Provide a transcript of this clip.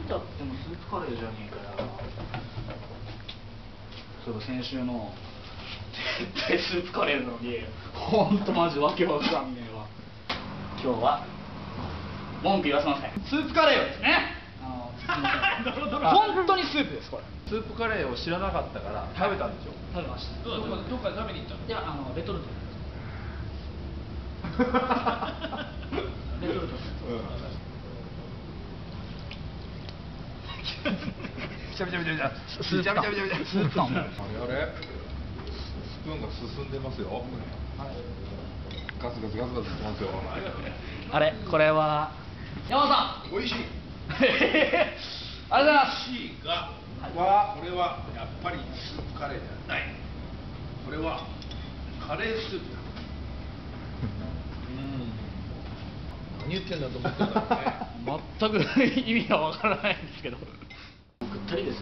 気づかれるじゃねえかよそういえば先週の 絶対スープカレーなのにほんとマジわけわかんねえわ今日は文句言わせませんスープカレーをですねあの 本当にスープですこれスープカレーを知らなかったから食べたんでしょ食べましたどうだったどっかで食べに行ったのいやあのレトルトレトルトちゃびちゃびちゃびちゃスープちゃびちゃびちゃびちゃスープ感あれあれスプーンが進んでますよ。ガツガツガツガツいってますよ。あれこれは山本さん美味しい。ありがとうございまいいがわこれはやっぱりスープカレーではないこれはカレースープだ何言ってんだと思ってたんだねす全く意味がわからないんですけどぐったりです